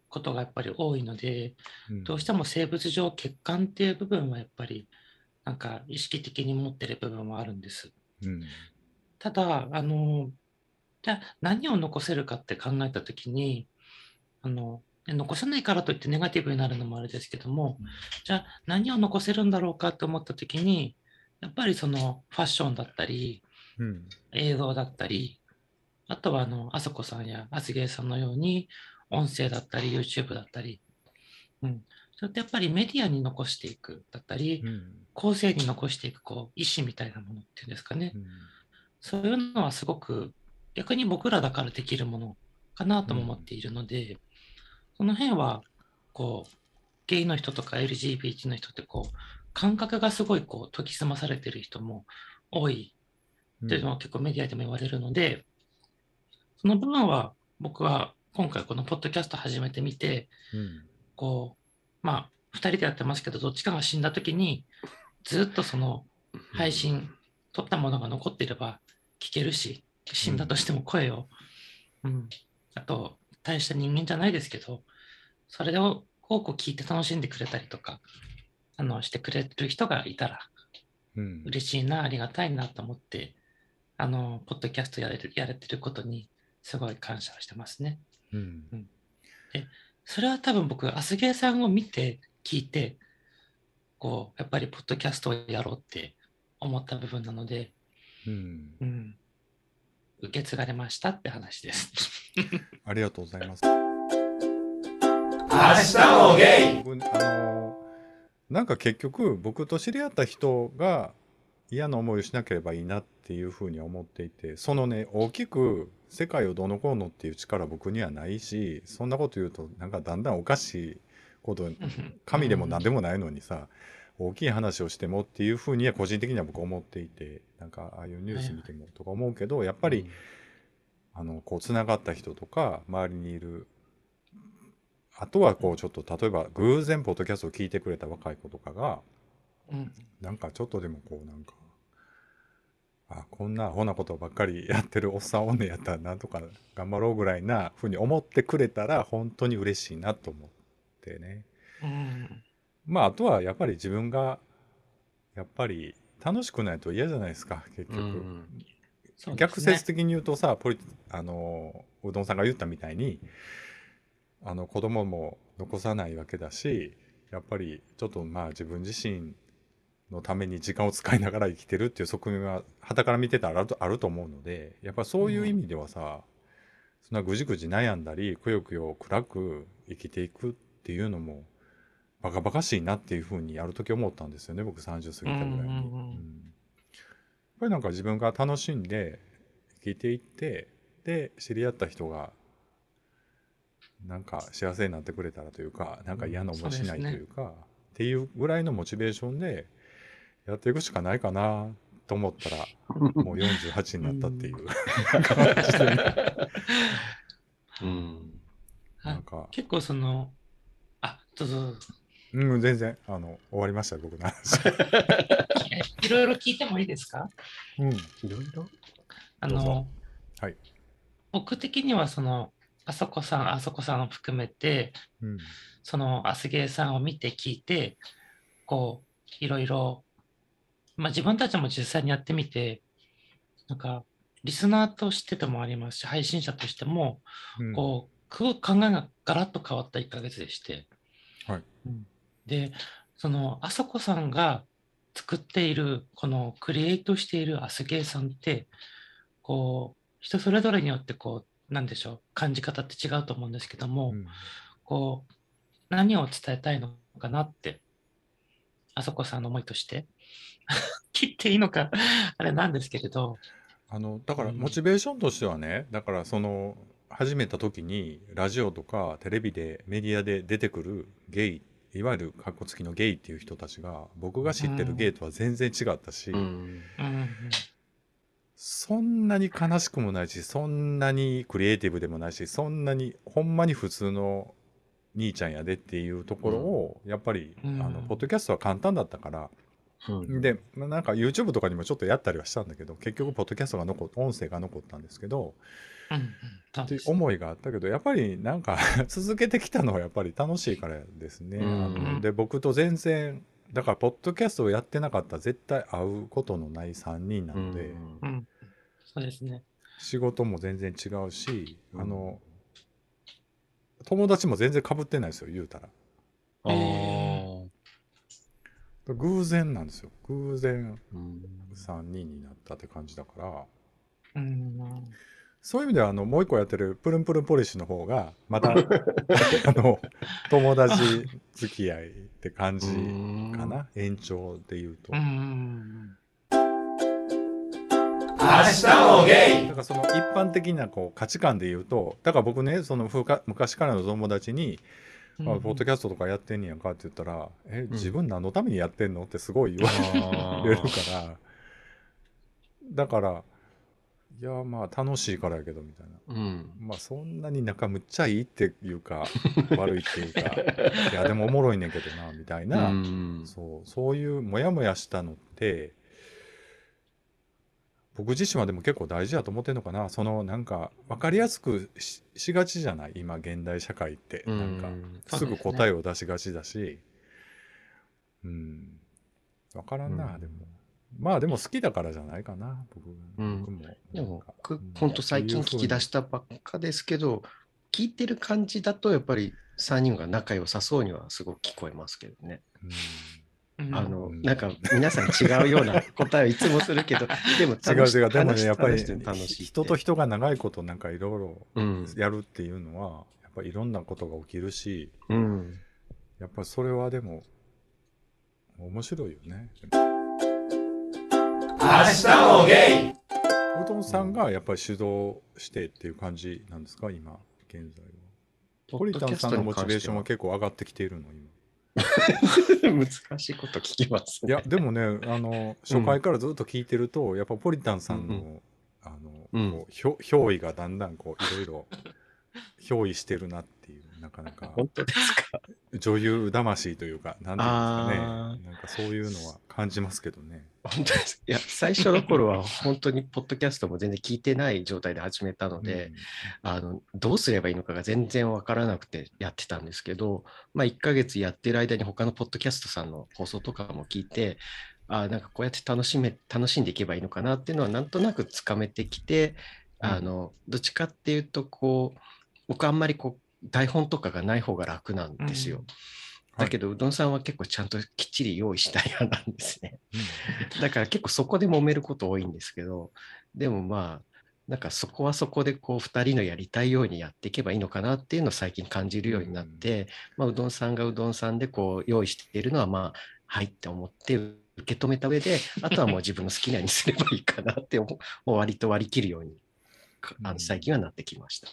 Speaker 1: ことがやっぱり多いので
Speaker 2: うん
Speaker 1: どうしても生物上欠陥っていう部分はやっぱりなんか意識的に持ってる部分はあるんです。
Speaker 2: うん
Speaker 1: ただあのじゃあ何を残せるかって考えた時にあの残せないからといってネガティブになるのもあれですけどもじゃあ何を残せるんだろうかと思った時にやっぱりそのファッションだったり
Speaker 2: うん
Speaker 1: 映像だったりあとはあのあさこさんやあすげえさんのように音声だったり YouTube だったり、うん、それってやっぱりメディアに残していくだったり
Speaker 2: うん
Speaker 1: 後世に残していくこう意思みたいなものっていうんですかね、
Speaker 2: うん
Speaker 1: そういうのはすごく逆に僕らだからできるものかなとも思っているので、その辺はこうゲイの人とか LGBT の人ってこう感覚がすごいこう研ぎ澄まされてる人も多いっていうのは結構メディアでも言われるので、その部分は僕は今回このポッドキャスト始めてみて
Speaker 2: うん
Speaker 1: こうまあ2人でやってますけど、どっちかが死んだ時に、ずっとその配信、撮ったものが残っていれば聞けるし、死んだとしても声を、うん、あと、大した人間じゃないですけど、それを多く聞いて楽しんでくれたりとか、あの、してくれる人がいたら、
Speaker 2: うん
Speaker 1: 嬉しいな、ありがたいなと思って、あの、ポッドキャストやれるやれてることに、すごい感謝してますね。
Speaker 2: うん
Speaker 1: それは多分僕、アスゲーさんを見て、聞いて、こう、やっぱりポッドキャストをやろうって思った部分なので、
Speaker 2: うん
Speaker 1: うん、受け継がれましたって話です。
Speaker 2: ありがとうございます。
Speaker 5: 明日もゲイ
Speaker 2: 僕あのなんか結局僕と知り合った人が嫌な思いをしなければいいなっていうふうには思っていてそのね大きく世界をどうのこうのっていう力は僕にはないしそんなこと言うとなんかだんだんおかしいこと神でも何でもないのにさ、大きい話をしてもっていうふうには個人的には僕思っていてなんかああいうニュース見てもとか思うけどやっぱり、あのこうつながった人とか周りにいるあとはこうちょっと例えば偶然ポッドキャストを聞いてくれた若い子とかが
Speaker 1: うん、
Speaker 2: なんかちょっとでもこうなんかあこんなアホなことばっかり やってるおっさんおんねやったらなんとか 頑張ろうぐらいなふうに思ってくれたら本当に嬉しいなと思ってね
Speaker 1: うん、
Speaker 2: まああとはやっぱり自分がやっぱり楽しくないと嫌じゃないですか結
Speaker 3: う
Speaker 2: 局。
Speaker 3: ん
Speaker 1: そうですね
Speaker 2: 逆説的に言うとさポリあのうどんさんが言ったみたいにあの子供も残さないわけだしやっぱりちょっとまあ自分自身のために時間を使いながら生きてるっていう側面は傍から見てたらあるとあると思うのでやっぱそういう意味ではさ、そんなぐじぐじ悩んだりくよくよ暗く生きていくっていうのもバカバカしいなっていうふうにやるとき思ったんですよね僕30過ぎたぐらい
Speaker 1: うんう
Speaker 2: に。
Speaker 1: んうん
Speaker 2: うんやっぱりなんか自分が楽しんで聞いていってで知り合った人がなんか幸せになってくれたらというかなんか嫌な思いしないというか、っていうぐらいのモチベーションでやっていくしかないかなと思ったらもう48になったっていう
Speaker 3: うん
Speaker 2: なんか、
Speaker 1: 結構その、あ、どうぞどうぞ
Speaker 2: うん、全然あの終わりました僕の話、
Speaker 1: いろいろ聞いてもいいですか
Speaker 2: うん、
Speaker 3: いろいろ。
Speaker 1: あ
Speaker 2: どう
Speaker 1: の
Speaker 2: ぞ、はい
Speaker 1: 僕的にはその、あそこさん、あそこさんを含めて、
Speaker 2: うん
Speaker 1: そのアスゲーさんを見て聞いて、こう、いろいろ、まあ自分たちも実際にやってみて、なんか、リスナーとしてでもありますし、配信者としても、
Speaker 2: うん
Speaker 1: こう、く考えがガラッと変わった1ヶ月でして、
Speaker 2: はい
Speaker 1: うんで、その、あそこさんが作っている、このクリエイトしているアスゲーさんって、こう、人それぞれによって、こう、なんでしょう、感じ方って違うと思うんですけども、
Speaker 2: うん
Speaker 1: こう、何を伝えたいのかなって、あそこさんの思いとして、 切っていいのか、あれなんですけれど、
Speaker 2: あのだから
Speaker 1: うん
Speaker 2: モチベーションとしてはね、だからその始めた時にラジオとかテレビでメディアで出てくるゲイいわゆるカッコつきのゲイっていう人たちが僕が知ってるゲイとは全然違ったし、
Speaker 3: うん
Speaker 1: うんうん、
Speaker 2: そんなに悲しくもないしそんなにクリエイティブでもないしそんなにほんまに普通の兄ちゃんやでっていうところを、やっぱり、
Speaker 1: うん
Speaker 2: あのポッドキャストは簡単だったから、
Speaker 3: うん
Speaker 2: で、まあなんか YouTube とかにもちょっとやったりはしたんだけど結局ポッドキャストが残っ音声が残ったんですけど、
Speaker 1: うんうん、そう
Speaker 2: っ
Speaker 1: で
Speaker 2: ていう
Speaker 1: すね
Speaker 2: 思いがあったけどやっぱりなんか 続けてきたのはやっぱり楽しいからですね。
Speaker 3: うん
Speaker 2: あので僕と全然だからポッドキャストをやってなかったら絶対会うことのない3人な
Speaker 3: う
Speaker 2: ので、
Speaker 3: ん
Speaker 1: うん、そうですね。
Speaker 2: 仕事も全然違うし、
Speaker 3: うん
Speaker 2: あの友達も全然かぶってないですよ言うたら。
Speaker 3: あー
Speaker 2: 偶然なんですよ偶然
Speaker 3: うん
Speaker 2: 3人になったって感じだから
Speaker 1: うん
Speaker 2: そういう意味ではあのもう一個やってるプルンプルンポリシーの方がま たあの友達付き合いって感じ。かな、延長で言うと、
Speaker 1: うんうん
Speaker 5: 明日もゲ
Speaker 2: だからその一般的なこう価値観で言うとだから僕ねそのふか昔からの友達に、
Speaker 1: うん
Speaker 2: あ「ポッドキャストとかやってんねやんか」って言ったら「え自分何のためにやってんの?」ってすごい言われるからだからいやまあ楽しいからやけどみたいな
Speaker 3: うん。
Speaker 2: まあそんなに仲むっちゃいいっていう か悪いっていうかいやでもおもろいねんけどなみたいな、
Speaker 3: うん
Speaker 2: そうそういうモヤモヤしたのって僕自身はでも結構大事だと思ってんのかなそのなんか分かりやすくししがちじゃない今現代社会って
Speaker 3: う
Speaker 2: なんか
Speaker 3: ん
Speaker 1: そうです
Speaker 2: す
Speaker 1: ね
Speaker 2: ぐ答えを出しがちだしうん分からんな、
Speaker 3: うん
Speaker 2: でもまあでも好きだからじゃないかな僕,、
Speaker 3: うん
Speaker 2: 僕も
Speaker 3: で
Speaker 2: な
Speaker 3: も
Speaker 2: ん
Speaker 3: 僕
Speaker 2: か、
Speaker 3: ほんと最近聞き出
Speaker 2: し
Speaker 3: したばっかですけど、聞いてる感じだと、やっぱり3人が仲良さそうにはすごく聞こえますけどね。
Speaker 1: うん
Speaker 3: あの、
Speaker 2: うん
Speaker 3: なんか皆さん違うような答えをいつもするけど、で
Speaker 2: 違う
Speaker 3: も楽しい
Speaker 2: 違うでも
Speaker 3: 話
Speaker 2: ねやっぱり
Speaker 3: 話して楽しいって
Speaker 2: 人と人が長いことなんかいろいろ
Speaker 3: うん。
Speaker 2: やるっていうのはやっぱりいろんなことが起きるし
Speaker 3: うん。
Speaker 2: やっぱりそれはでも面白いよね。
Speaker 5: 明日もゲイ
Speaker 2: 大友さんがやっぱり主導してっていう感じなんですか今現在は。ポリタンさんのモチベーションは結構上がってきているの今。
Speaker 3: 難しいこと聞きます
Speaker 2: い
Speaker 3: ね。
Speaker 2: やでもねあの初回からずっと聞いてると、やっぱポリタンさんの、
Speaker 3: うん
Speaker 2: あの、
Speaker 3: うん
Speaker 2: こうひょ憑依がだんだんこういろいろ憑依してるなっていうなかな か
Speaker 3: 本当ですか。
Speaker 2: 女優魂というかなんていうん
Speaker 3: あ
Speaker 2: ですかねなんかそういうのは感じますけどね。
Speaker 3: 本当です。いや、最初の頃は本当にポッドキャストも全然聞いてない状態で始めたので、あのどうすればいいのかが全然わからなくてやってたんですけど、まあ、1ヶ月やってる間に他のポッドキャストさんの放送とかも聞いてあーなんかこうやって楽しめ楽しんでいけばいいのかなっていうのはなんとなくつかめてきてあのどっちかっていうとこう僕あんまりこう台本とかがない方が楽なんですよ。
Speaker 1: うん
Speaker 2: はい
Speaker 3: だけど、うどんさんは結構ちゃんときっちり用意したい派なんですね。だから結構そこで揉めること多いんですけど、でもまあ、なんかそこはそこでこう2人のやりたいようにやっていけばいいのかなっていうのを最近感じるようになって、まあ、うどんさんがうどんさんでこう用意しているのはまあ、はいって思って受け止めた上で、あとはもう自分の好きなようにすればいいかなって思う、もう割と割り切るように、かあ
Speaker 2: うん
Speaker 3: の最近はなってきました。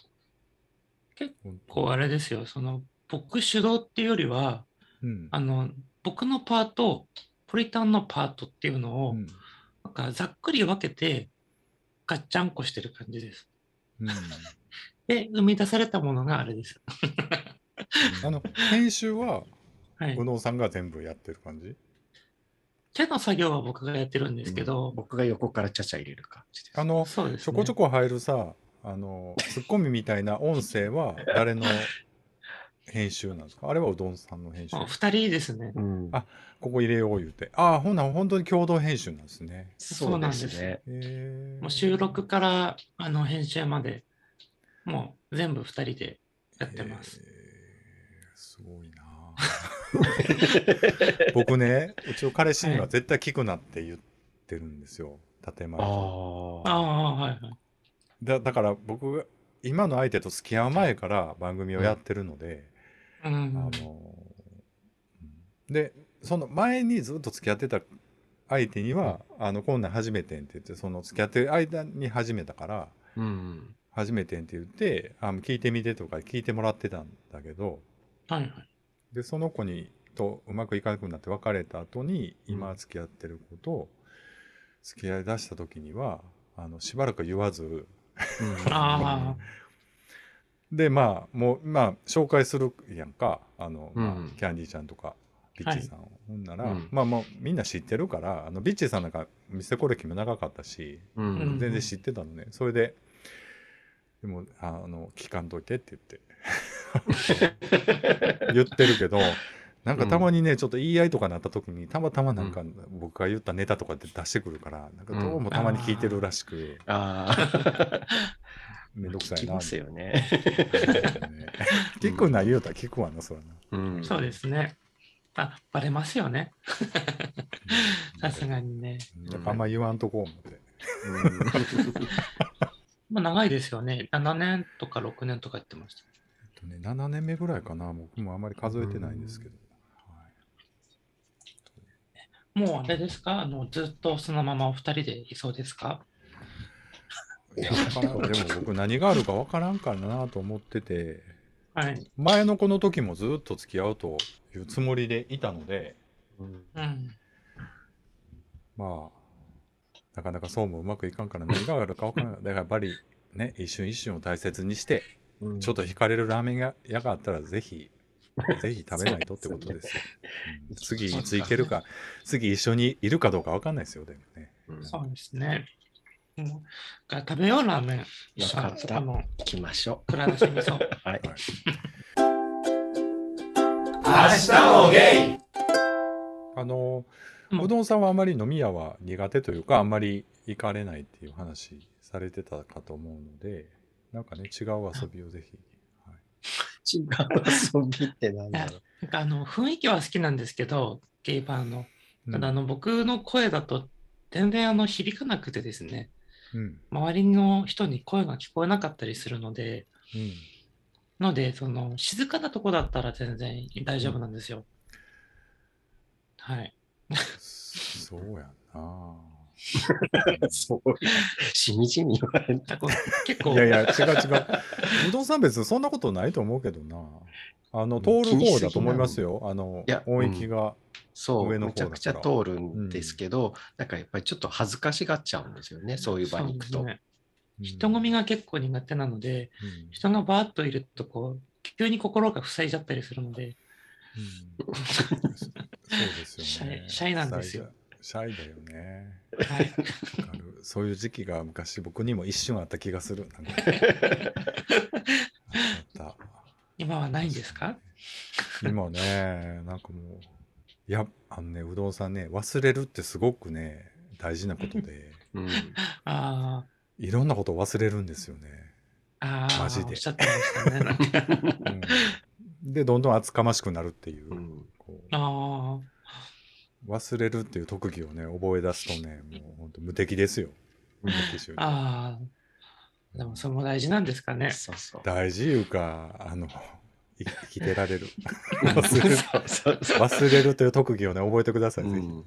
Speaker 2: うん
Speaker 1: こうあれですよ、その僕主導っていうよりは、
Speaker 2: うん
Speaker 1: あの僕のパート、ポリタンのパートっていうのを、
Speaker 2: うん
Speaker 1: なんかざっくり分けて、ガッチャンコしてる感じです。
Speaker 2: うん
Speaker 1: で、生み出されたものがあれです。
Speaker 2: あの編集は
Speaker 1: はい
Speaker 2: 小。野さんが全部やってる感じ
Speaker 1: 手の作業は僕がやってるんですけど、
Speaker 3: 僕が横からちゃちゃ入れる感じです。
Speaker 2: あの
Speaker 1: そうです
Speaker 2: ちょこちょこ入るさあのツッコミみたいな音声は誰の編集なんですかあれはうどんさんの編集
Speaker 1: ね。2人ですね。
Speaker 3: うん
Speaker 2: あここ入れよう言うてああほんなら本当に共同編集なんですね
Speaker 1: そうなんです
Speaker 3: ね。
Speaker 2: へえ
Speaker 1: もう収録からあの編集まで、もう全部2人でやってます。
Speaker 2: へーすごいな あ僕ねうちの彼氏には絶対聞くなって言ってるんですよ建前で
Speaker 3: あ
Speaker 1: ああ、はいはい。
Speaker 2: だだから僕が今の相手と付き合う前から番組をやってるので、
Speaker 1: うん
Speaker 2: あのうんでその前にずっと付き合ってた相手には「あのこんなん初めてん」って言ってその付き合ってる間に始めたから
Speaker 3: うん。
Speaker 2: 「初めてん」って言ってあの聞いてみてとか聞いてもらってたんだけど
Speaker 1: はいはい。
Speaker 2: でその子にとうまくいかなくなって別れた後に
Speaker 3: うん
Speaker 2: 今付き合ってる子と付き合いだした時にはあのしばらく言わず
Speaker 1: あ
Speaker 2: でまあもうまあ紹介するやんかあの、まあ
Speaker 3: うん
Speaker 2: キャンディーちゃんとかビッチーさんを、ほんなら、
Speaker 3: うん
Speaker 2: まあもうみんな知ってるからあのビッチーさんなんか店コレキも長かったし
Speaker 3: う
Speaker 1: うん
Speaker 3: ん。
Speaker 2: 全然知ってたのね、それででもあの聞かんといてって言って言ってるけどなんかたまにね、ちょっと言い合いとかなった時にたまたまなんか僕が言ったネタとかって出してくるからなんかどうもたまに聞いてるらしく、
Speaker 3: ああ。
Speaker 2: めんどくさい
Speaker 3: 聞き
Speaker 2: な
Speaker 3: ますよ ね。
Speaker 2: ね聞くな言うたら聞くわなそらな。
Speaker 3: うん
Speaker 1: そうですね。あ、バレますよね。 さす
Speaker 2: に。
Speaker 1: がにね。
Speaker 2: やっぱあんま言わんとこ思って。
Speaker 1: まあ、長いですよね。7年とか6年とかやってました。
Speaker 2: えっとね、7年目ぐらいかな、僕もあんまり数えてないんですけど。はい
Speaker 1: もうあれですかあのずっとそのままお二人でいそうですか
Speaker 2: いやわからんでも僕何があるかわからんからなと思ってて、
Speaker 1: はい。
Speaker 2: 前の子の時もずっと付き合うというつもりでいたので、
Speaker 3: うん
Speaker 1: うん。
Speaker 2: まあ、なかなかそうもうまくいかんから何があるか分からない。だからやっぱりね、一瞬一瞬を大切にして、ちょっと惹かれるラーメン屋屋があったらぜ ひ、ぜひ食べないとってことですよ。うん次いつ行けるか、次一緒にいるかどうか分かんないですよ、でもね。
Speaker 3: うん
Speaker 1: そうですね。うん、だから食べようラーメン。
Speaker 3: よかった
Speaker 1: あの、
Speaker 3: 行きましょ
Speaker 1: 蔵出し味噌。
Speaker 3: う。はい。
Speaker 2: はい
Speaker 5: 明日もゲイ
Speaker 2: あの、
Speaker 1: うん
Speaker 2: うどんさんはあまり飲み屋は苦手というか、あんまり行かれないっていう話されてたかと思うので、なんかね、違う遊びをぜひ。はい
Speaker 3: 違う遊びってなんだ ろう。
Speaker 1: なんかあの、雰囲気は好きなんですけど、ゲイバーの。
Speaker 2: うん
Speaker 1: ただあの、僕の声だと全然あの響かなくてですね、
Speaker 2: うん。
Speaker 1: 周りの人に声が聞こえなかったりするので、
Speaker 2: うん
Speaker 1: ので、その静かなとこだったら全然大丈夫なんですよ。はい。
Speaker 2: そうや な。
Speaker 3: そう。しみじみ言われ
Speaker 1: な
Speaker 3: た。
Speaker 1: んか結構、
Speaker 2: いやいや、違う違う。うどんさん別にそんなことないと思うけどな。あの、通る方だと思いますよ。あの
Speaker 3: いや、
Speaker 2: 音域が。
Speaker 3: そう、
Speaker 2: 上の
Speaker 3: め
Speaker 2: 方
Speaker 3: ち
Speaker 2: だ
Speaker 3: ゃ
Speaker 2: から
Speaker 3: くちゃ通るんですけど、なんかやっぱりちょっと恥ずかしがっちゃうんですよね、そういう場に行く
Speaker 1: そ
Speaker 3: と
Speaker 1: う。ですね人混みが結構苦手なので、
Speaker 2: うん。
Speaker 1: 人がバーッといるとこう急に心が塞いじゃったりするので
Speaker 2: うんそうですよね。
Speaker 1: シャイシャイなんですよ
Speaker 2: シャイだ。シャイだよね。
Speaker 1: はい、
Speaker 2: わかるそういう時期が昔僕にも一瞬あった気がする。なん かあっ
Speaker 1: 今はないんですか
Speaker 2: た今ね、なんかもう、いや、あのね、うどんさんね、忘れるってすごくね、大事なこと で、
Speaker 3: うん
Speaker 1: あー
Speaker 2: いろんなことを忘れるんですよね。
Speaker 1: あー
Speaker 2: マジで
Speaker 1: おっしゃってましたねなん か
Speaker 2: うんで、どんどん厚かましくなるって いう。
Speaker 3: うん
Speaker 2: こう
Speaker 1: あー
Speaker 2: 忘れるっていう特技をね、覚え出すとね、もう本当無敵ですよ。無敵集団
Speaker 1: あーでもそれも大事なんですかね
Speaker 3: そうそう。
Speaker 2: 大事いうか、あの、い生きてられる。
Speaker 3: そ
Speaker 2: 忘れ
Speaker 3: う
Speaker 2: る
Speaker 3: そうそう。
Speaker 2: 忘れるという特技をね、覚えてください、ぜひ。
Speaker 3: うん
Speaker 1: わ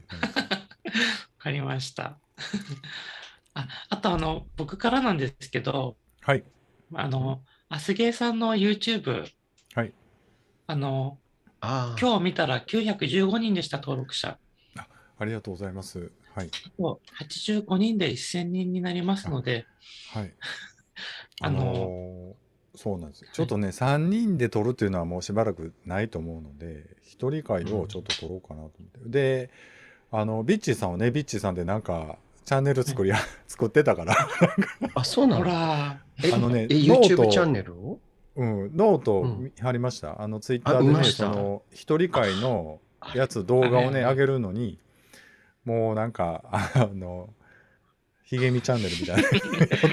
Speaker 1: かりました ああとあの僕からなんですけど
Speaker 2: はい。
Speaker 1: あのアスゲーさんの YouTube
Speaker 2: はい
Speaker 1: あの
Speaker 3: ああ、
Speaker 1: 今日見たら915人でした登録者
Speaker 2: ありがとうございます。はい。
Speaker 1: そう85人で1000人になりますので、
Speaker 2: はい。
Speaker 1: あのー
Speaker 2: ーそうなんですよ。ちょっとね、3人で撮るっていうのはもうしばらくないと思うので、1人会をちょっと撮ろうかなと思って。で、あの、ビッチーさんをね、ビッチーさんでなんか、チャンネル作り、 作ってたから、
Speaker 3: あ、そうな
Speaker 1: ほ
Speaker 3: の
Speaker 1: ら、
Speaker 3: え
Speaker 2: あのね
Speaker 3: え
Speaker 2: ノート
Speaker 3: YouTube チャンネルを
Speaker 2: うん、ノート
Speaker 3: うん
Speaker 2: 貼りました。あの、ツイッ
Speaker 3: あ
Speaker 2: ター
Speaker 3: 見
Speaker 2: で
Speaker 3: ま
Speaker 2: ね、
Speaker 3: した
Speaker 2: その、1人会の
Speaker 3: あ
Speaker 2: やつ、動画をね、
Speaker 1: あれ
Speaker 2: 上げるのに、もうなんか、あの、ひげみチャンネルみた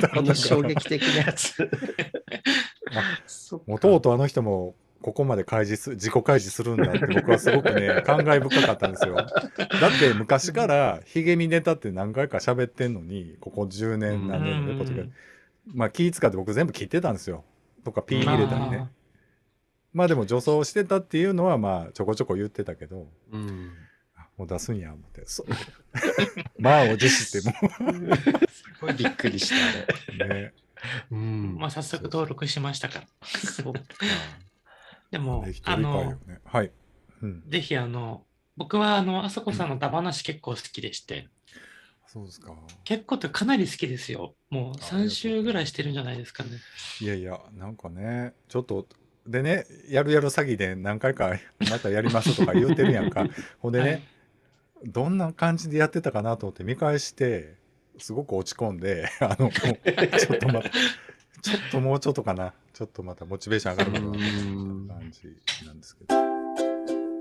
Speaker 2: いな。
Speaker 3: あの衝撃的なやつ。そっか
Speaker 2: もうとうとうあの人もここまで開示す 自己開示するんだって僕はすごく ね感慨深かったんですよだって昔からひげみネタって何回か喋ってんのにここ10年
Speaker 1: う
Speaker 2: 何年のことが
Speaker 1: ん
Speaker 2: まあ気使って僕全部聞いてたんですよとかピー入れたり
Speaker 1: ま
Speaker 2: ねまあでも女装してたっていうのはまあちょこちょこ言ってたけど
Speaker 3: うん
Speaker 2: あもう出すんや思ってそう 満を持しても
Speaker 3: すごいびっくりしたあれ。
Speaker 2: う ね
Speaker 3: うん
Speaker 1: あまあ、早速登録しましたから。
Speaker 3: そっか。
Speaker 1: で
Speaker 2: も
Speaker 1: も
Speaker 2: う一、人
Speaker 1: あ
Speaker 2: 会を
Speaker 1: の、
Speaker 2: ねはい、うん、
Speaker 1: ぜひ、あの、僕は、あの、あそこさんのダバなし結構好きでして、
Speaker 2: そうですか
Speaker 1: 結構ってかなり好きですよ。もう
Speaker 2: ありがとうございま
Speaker 1: 3
Speaker 2: す
Speaker 1: 週ぐらいしてるんじゃないですかね。
Speaker 2: いやいや、なんかね、ちょっと、でね、やるやる詐欺で何回かまたやりますとか言うてるやん か。ほんでね、
Speaker 1: はい
Speaker 2: どんな感じでやってたかなと思って見返して、すごく落ち込んで、 あの、もうちょっとまた、ちょっともうちょっとかな。ちょっとまたモチベーション上がるかなみた
Speaker 3: うん
Speaker 2: いな感じなんですけど。
Speaker 5: 明日もゲイ
Speaker 2: 今日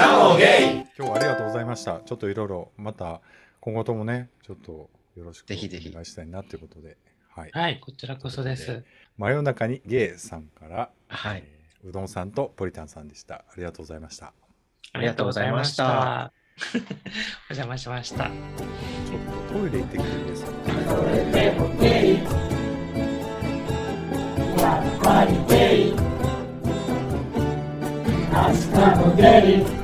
Speaker 2: はありがとうございました。ちょっといろいろ、また今後ともね、ちょっとよろしく
Speaker 3: ぜひぜひ
Speaker 2: お願いしたいなっていうことで。はい。
Speaker 1: はい、こちらこそです。
Speaker 2: 真夜中にゲイさんから、
Speaker 3: はい。
Speaker 2: えーうどんさんとポリタンさんでした。ありがとうございました。
Speaker 1: あ
Speaker 3: りがとうございました
Speaker 1: りがとうございました。お邪魔しました。
Speaker 2: ちょっとトイレ行ってくるんで
Speaker 6: Hasta luego.
Speaker 2: す。